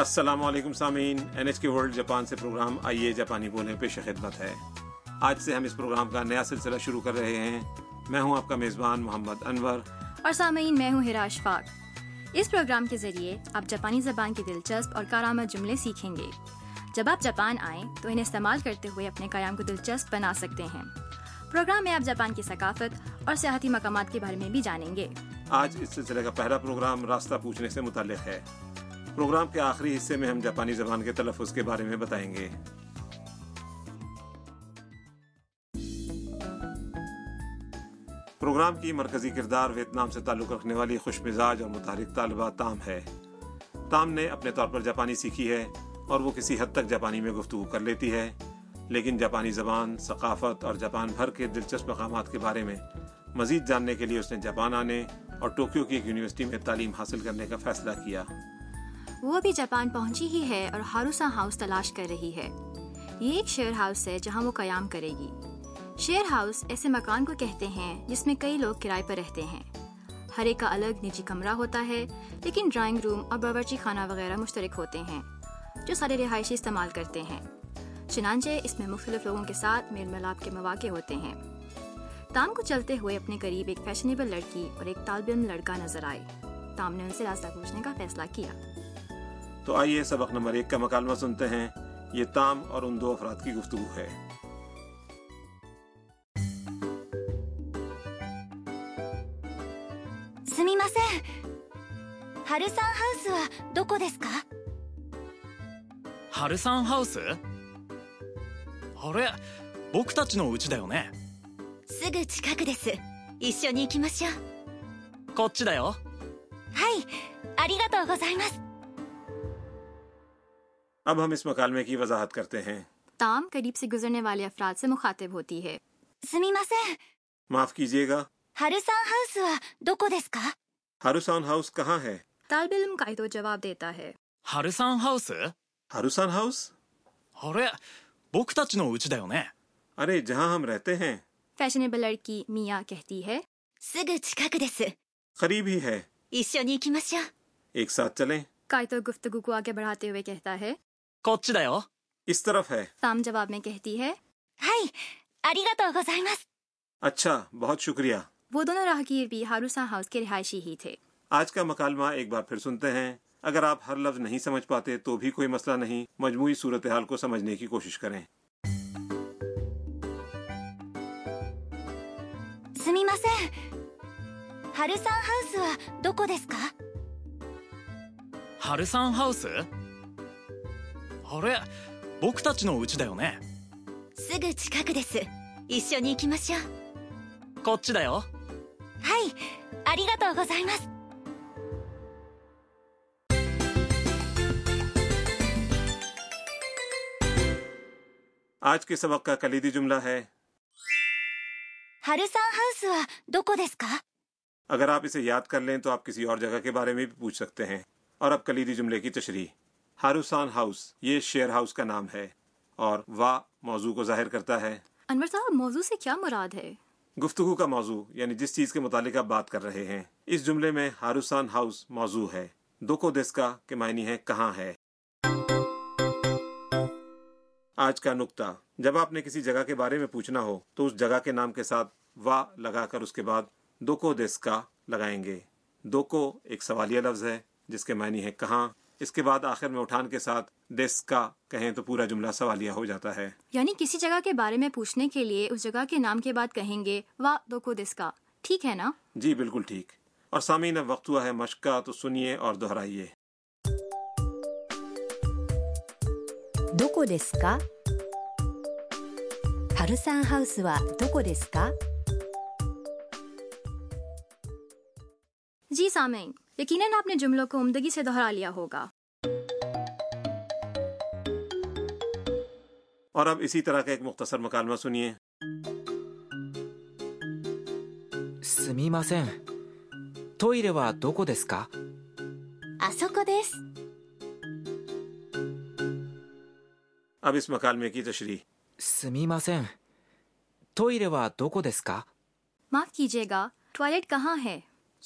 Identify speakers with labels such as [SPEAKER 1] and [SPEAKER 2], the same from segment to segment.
[SPEAKER 1] السلام علیکم سامعین N H K world Japan سے پروگرام آئیے جاپانی بولیں پیش خدمت ہے آج سے ہم اس پروگرام کا نیا سلسلہ شروع کر رہے ہیں میں ہوں آپ کا میزبان محمد انور
[SPEAKER 2] اور سامعین میں ہوں ہرا اشفاق اس پروگرام کے ذریعے آپ جاپانی زبان کے دلچسپ اور کارآمد جملے سیکھیں گے جب آپ جاپان آئیں تو انہیں استعمال کرتے ہوئے اپنے قیام کو دلچسپ بنا سکتے ہیں پروگرام میں آپ جاپان کی ثقافت اور سیاحتی مقامات کے بارے میں بھی جانیں گے
[SPEAKER 1] آج اس سلسلے کا پہلا پروگرام راستہ پوچھنے سے متعلق ہے پروگرام کے آخری حصے میں ہم جاپانی زبان کے تلفظ کے بارے میں بتائیں گے پروگرام کی مرکزی کردار ویتنام سے تعلق رکھنے والی خوش مزاج اور متحرک طالبہ تام ہے تام نے اپنے طور پر جاپانی سیکھی ہے اور وہ کسی حد تک جاپانی میں گفتگو کر لیتی ہے لیکن جاپانی زبان ثقافت اور جاپان بھر کے دلچسپ مقامات کے بارے میں مزید جاننے کے لیے اس نے جاپان آنے اور ٹوکیو کی ایک یونیورسٹی میں تعلیم حاصل کرنے کا فیصلہ کیا
[SPEAKER 2] وہ ابھی جاپان پہنچی ہی ہے اور ہاروسا ہاؤس تلاش کر رہی ہے یہ ایک شیئر ہاؤس ہے جہاں وہ قیام کرے گی شیئر ہاؤس ایسے مکان کو کہتے ہیں جس میں کئی لوگ کرائے پر رہتے ہیں ہر ایک کا الگ نجی کمرہ ہوتا ہے لیکن ڈرائنگ روم اور باورچی خانہ وغیرہ مشترک ہوتے ہیں جو سارے رہائشی استعمال کرتے ہیں چنانچہ اس میں مختلف لوگوں کے ساتھ میل ملاپ کے مواقع ہوتے ہیں تام کو چلتے ہوئے اپنے قریب ایک فیشنیبل لڑکی اور ایک طالب علم لڑکا نظر آئے تام نے ان سے راستہ پوچھنے کا فیصلہ کیا
[SPEAKER 1] تو آئیے سبق نمبر ایک کا مکالمہ سنتے ہیں یہ تام اور ان دو افراد کی گفتگو ہے
[SPEAKER 3] すみませんハルサンハウスはどこですか
[SPEAKER 4] ハルサンハウスあれ僕たちの家だよね
[SPEAKER 3] すぐ近くです一緒に行きましょう
[SPEAKER 4] こっちだよ
[SPEAKER 3] はいありがとうございます
[SPEAKER 1] اب ہم اس مکالمے کی وضاحت کرتے ہیں
[SPEAKER 2] تام قریب سے گزرنے والے افراد سے مخاطب ہوتی ہے
[SPEAKER 3] すみません
[SPEAKER 1] معاف کیجیے گا
[SPEAKER 3] ハルサンハウスはどこですか
[SPEAKER 1] ہاروسان ہاؤس کہاں ہے
[SPEAKER 2] طالب علم کا تو جواب دیتا ہے
[SPEAKER 4] ハルサンハウス
[SPEAKER 1] ہاروسان ہاؤس
[SPEAKER 4] あれ僕たちの家だよね
[SPEAKER 1] ارے جہاں ہم رہتے ہیں
[SPEAKER 2] فیشنیبل لڑکی میاں کہتی ہے
[SPEAKER 3] すぐ近くです
[SPEAKER 1] قریب ہی ہے
[SPEAKER 3] 一緒に行きましょう
[SPEAKER 1] ایک ساتھ چلیں
[SPEAKER 2] کائتو گفتگو کو آگے بڑھاتے ہوئے کہتا ہے
[SPEAKER 4] こっちだよ
[SPEAKER 1] اس طرف ہے
[SPEAKER 2] تام جواب میں کہتی ہے
[SPEAKER 3] はいありがとうございます
[SPEAKER 1] اچھا بہت شکریہ
[SPEAKER 2] وہ دونوں راہگیر بھی ہاروسا ہاؤس کے رہائشی ہی تھے
[SPEAKER 1] آج کا مکالمہ ایک بار پھر سنتے ہیں اگر آپ ہر لفظ نہیں سمجھ پاتے تو بھی کوئی مسئلہ نہیں مجموعی صورتحال کو سمجھنے کی کوشش کریں
[SPEAKER 3] すみませんハルサンハウスはどこですか
[SPEAKER 4] ハルサンハウスあれ僕たちの家だよね
[SPEAKER 3] すぐ近くです一緒に行きましょう
[SPEAKER 4] こっちだよ
[SPEAKER 3] はいありがとうございます
[SPEAKER 1] آج کے سبق کا کلیدی جملہ ہے
[SPEAKER 3] ハルサンハウスはどこですか
[SPEAKER 1] اگر آپ اسے یاد کر لیں تو آپ کسی اور جگہ کے بارے میں بھی پوچھ سکتے ہیں اور اب کلیدی جملے کی تشریح ہاروسان ہاؤس یہ شیئر ہاؤس کا نام ہے اور وا موضوع کو ظاہر کرتا ہے
[SPEAKER 2] انور صاحب موضوع سے کیا مراد ہے
[SPEAKER 1] گفتگو کا موضوع یعنی جس چیز کے متعلق آپ بات کر رہے ہیں اس جملے میں ہاروسان ہاؤس موضوع ہے دوکو دیسکا کے معنی ہے کہاں ہے آج کا نقطہ جب آپ نے کسی جگہ کے بارے میں پوچھنا ہو تو اس جگہ کے نام کے ساتھ وا لگا کر اس کے بعد دوکو دیسکا لگائیں گے دوکو ایک سوالیہ لفظ ہے جس کے معنی ہے کہاں اس کے بعد آخر میں اٹھان کے ساتھ دیسکا کہیں تو پورا جملہ سوالیہ ہو جاتا ہے
[SPEAKER 2] یعنی کسی جگہ کے بارے میں پوچھنے کے لیے اس جگہ کے نام کے بعد کہیں گے وا دوکو دس کا ٹھیک ہے نا
[SPEAKER 1] جی بالکل ٹھیک اور سامعین اب وقت ہوا ہے مشق کا تو سنیے اور دہرائیے
[SPEAKER 5] どこですかハルサンハウスはどこですか
[SPEAKER 2] جی سامعین یقیناً آپ نے جملوں کو عمدگی سے دہرا لیا ہوگا
[SPEAKER 1] اور اب اسی طرح کا ایک مختصر مکالمہ سنیے
[SPEAKER 6] すみませんトイレはどこですか
[SPEAKER 3] あそこです
[SPEAKER 1] اب اس مکالمے کی تشریح
[SPEAKER 6] すみませんトイレはどこですか
[SPEAKER 2] معاف کیجیے گا ٹوائلٹ کہاں ہے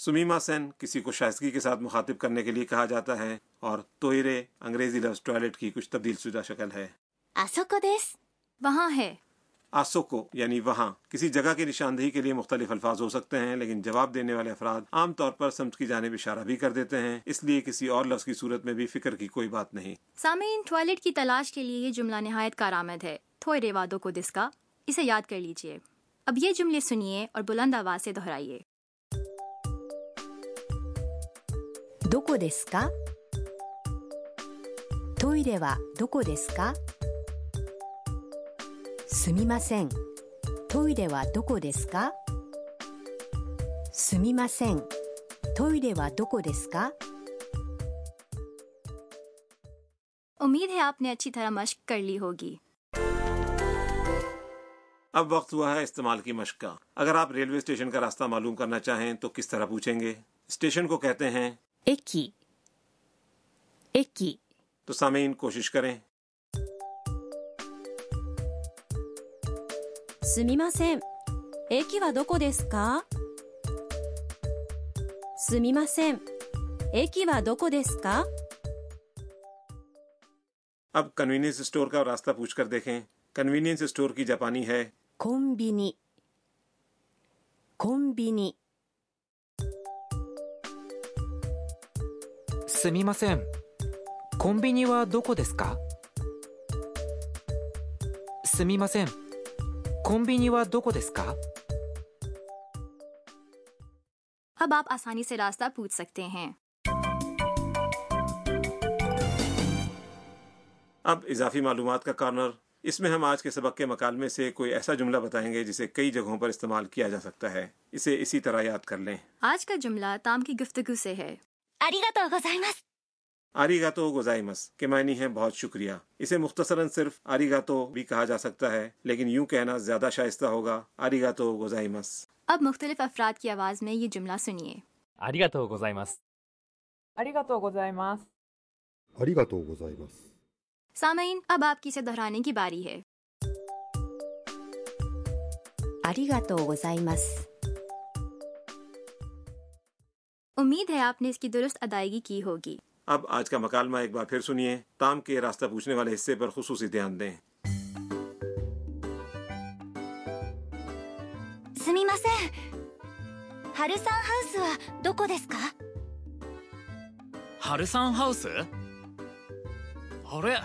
[SPEAKER 1] سمیما سین کسی کو شائستگی کے ساتھ مخاطب کرنے کے لیے کہا جاتا ہے اور توئرے انگریزی لفظ ٹوائلٹ کی کچھ تبدیل شدہ شکل ہے
[SPEAKER 3] あそこです
[SPEAKER 2] وہاں ہے
[SPEAKER 1] آسو کو یعنی وہاں کسی جگہ کی نشاندہی کے لیے مختلف الفاظ ہو سکتے ہیں لیکن جواب دینے والے افراد عام طور پر سمت کی جانب اشارہ بھی کر دیتے ہیں اس لیے کسی اور لفظ کی صورت میں بھی فکر کی کوئی بات نہیں
[SPEAKER 2] سامعین ٹوائلٹ کی تلاش کے لیے یہ جملہ نہایت کارآمد ہے تھوڑے وادوں کو دس کا اسے یاد کر لیجئے اب یہ جملے سنیے اور بلند آواز سے دہرائیے
[SPEAKER 5] どこですかトイレはどこですかすみませんトイレはどこですかすみませんトイレはどこですか
[SPEAKER 2] امید ہے آپ نے اچھی طرح مشق کر لی ہوگی
[SPEAKER 1] اب وقت ہوا ہے استعمال کی مشق کا اگر آپ ریلوے اسٹیشن کا راستہ معلوم کرنا چاہیں تو کس طرح پوچھیں گے اسٹیشن کو کہتے ہیں
[SPEAKER 5] 駅駅
[SPEAKER 1] تو سامعین کوشش کریں
[SPEAKER 7] すみません駅はどこですかすみません駅はどこですか
[SPEAKER 1] اب کنوینئنس اسٹور کا راستہ پوچھ کر دیکھیں کنوینئنس اسٹور کی جاپانی ہے
[SPEAKER 5] コンビニコンビニ
[SPEAKER 6] すみませんコンビニはどこですかすみませんコンビニはどこですか
[SPEAKER 2] اب آپ آسانی سے راستہ پوچھ سکتے ہیں
[SPEAKER 1] اب اضافی معلومات کا کارنر اس میں ہم آج کے سبق کے مکالمے سے کوئی ایسا جملہ بتائیں گے جسے کئی جگہوں پر استعمال کیا جا سکتا ہے اسے اسی طرح یاد کر لیں
[SPEAKER 2] آج کا جملہ تام کی گفتگو سے ہے
[SPEAKER 3] ありがとうございます
[SPEAKER 1] آری گاتو گزائمس کے معنی ہے بہت شکریہ اسے مختصراً صرف آری گاتو بھی کہا جا سکتا ہے لیکن یوں کہنا زیادہ شائستہ ہوگا آری گاتو گزائمس
[SPEAKER 2] اب مختلف افراد کی آواز میں یہ جملہ سنیے
[SPEAKER 8] ありがとうございます。
[SPEAKER 9] ありがとうございます。
[SPEAKER 10] ありがとうございます。
[SPEAKER 2] سامعین اب آپ کی اسے دہرانے کی باری ہے
[SPEAKER 5] ありがとうございます。
[SPEAKER 2] امید ہے آپ نے اس کی درست ادائیگی کی ہوگی
[SPEAKER 1] اب آج کا مکالمہ ایک بار پھر سنیے تام کے راستہ پوچھنے والے حصے پر خصوصی دھیان دیں
[SPEAKER 3] すみませんハルサンハウスはどこですか
[SPEAKER 4] ハルサンハウスあれ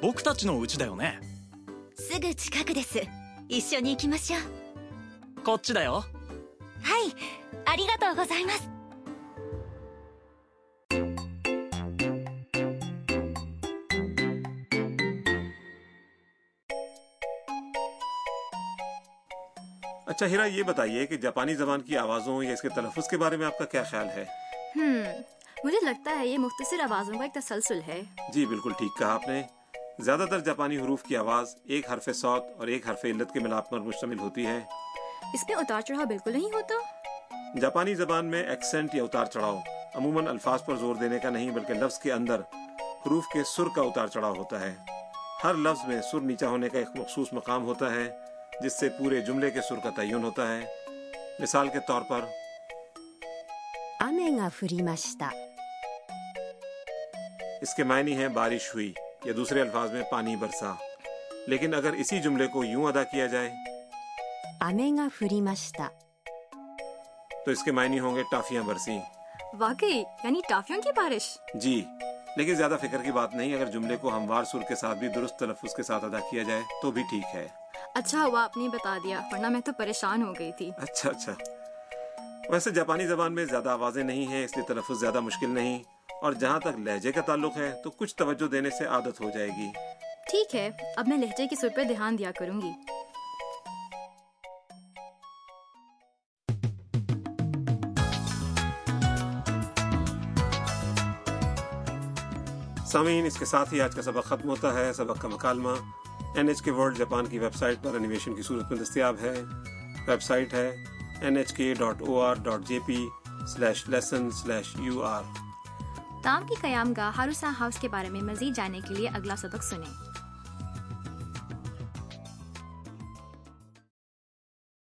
[SPEAKER 4] 僕たちの家だよね
[SPEAKER 3] すぐ近くです一緒に行きましょう
[SPEAKER 4] こっちだよ
[SPEAKER 3] はいありがとうございます
[SPEAKER 1] اچھا ہیرا یہ بتائیے کہ جاپانی زبان کی آوازوں یا اس کے تلفظ کے بارے میں آپ کا کیا خیال ہے
[SPEAKER 2] ہم مجھے لگتا ہے یہ مختصر آوازوں کا ایک تسلسل ہے
[SPEAKER 1] جی بالکل ٹھیک کہا آپ نے زیادہ تر جاپانی حروف کی آواز ایک حرف سوت اور ایک حرف علت کے ملاپ پر مشتمل ہوتی ہے
[SPEAKER 2] اس میں اتار چڑھاؤ بالکل نہیں ہوتا
[SPEAKER 1] جاپانی زبان میں ایکسنٹ یا اتار چڑھاؤ عموماً الفاظ پر زور دینے کا نہیں بلکہ لفظ کے اندر حروف کے سر کا اتار چڑھاؤ ہوتا ہے ہر لفظ میں سر نیچا ہونے کا ایک مخصوص مقام ہوتا ہے جس سے پورے جملے کے سر کا تعین ہوتا ہے مثال کے طور پر
[SPEAKER 5] 雨が降りました。
[SPEAKER 1] اس کے معنی ہیں بارش ہوئی یا دوسرے الفاظ میں پانی برسا لیکن اگر اسی جملے کو یوں ادا کیا جائے
[SPEAKER 5] 雨が降りました。
[SPEAKER 1] تو اس کے معنی ہوں گے ٹافیاں برسیں
[SPEAKER 2] واقعی یعنی ٹافیوں کی بارش
[SPEAKER 1] جی لیکن زیادہ فکر کی بات نہیں اگر جملے کو ہموار سر کے ساتھ بھی درست تلفظ کے ساتھ ادا کیا جائے تو بھی ٹھیک ہے
[SPEAKER 2] اچھا ہوا آپ نے بتا دیا ورنہ میں تو پریشان ہو گئی تھی
[SPEAKER 1] اچھا اچھا ویسے جاپانی زبان میں زیادہ آوازیں نہیں ہیں اس لیے تلفظ زیادہ مشکل نہیں اور جہاں تک لہجے کا تعلق ہے تو کچھ توجہ دینے سے عادت ہو جائے گی
[SPEAKER 2] ٹھیک ہے اب میں لہجے کی سر پہ دھیان دیا کروں گی
[SPEAKER 1] سامعین اس کے ساتھ ہی آج کا سبق ختم ہوتا ہے سبق کا مکالمہ N H K world Japan کی ویب سائٹ پر انیمیشن کی صورت میں دستیاب ہے ویب سائٹ ہے N H K dot O R dot J P slash lesson slash U R
[SPEAKER 2] تام کی قیام گاہ ہاروسا ہاؤس کے بارے میں مزید جاننے کے لیے اگلا سبق سنیں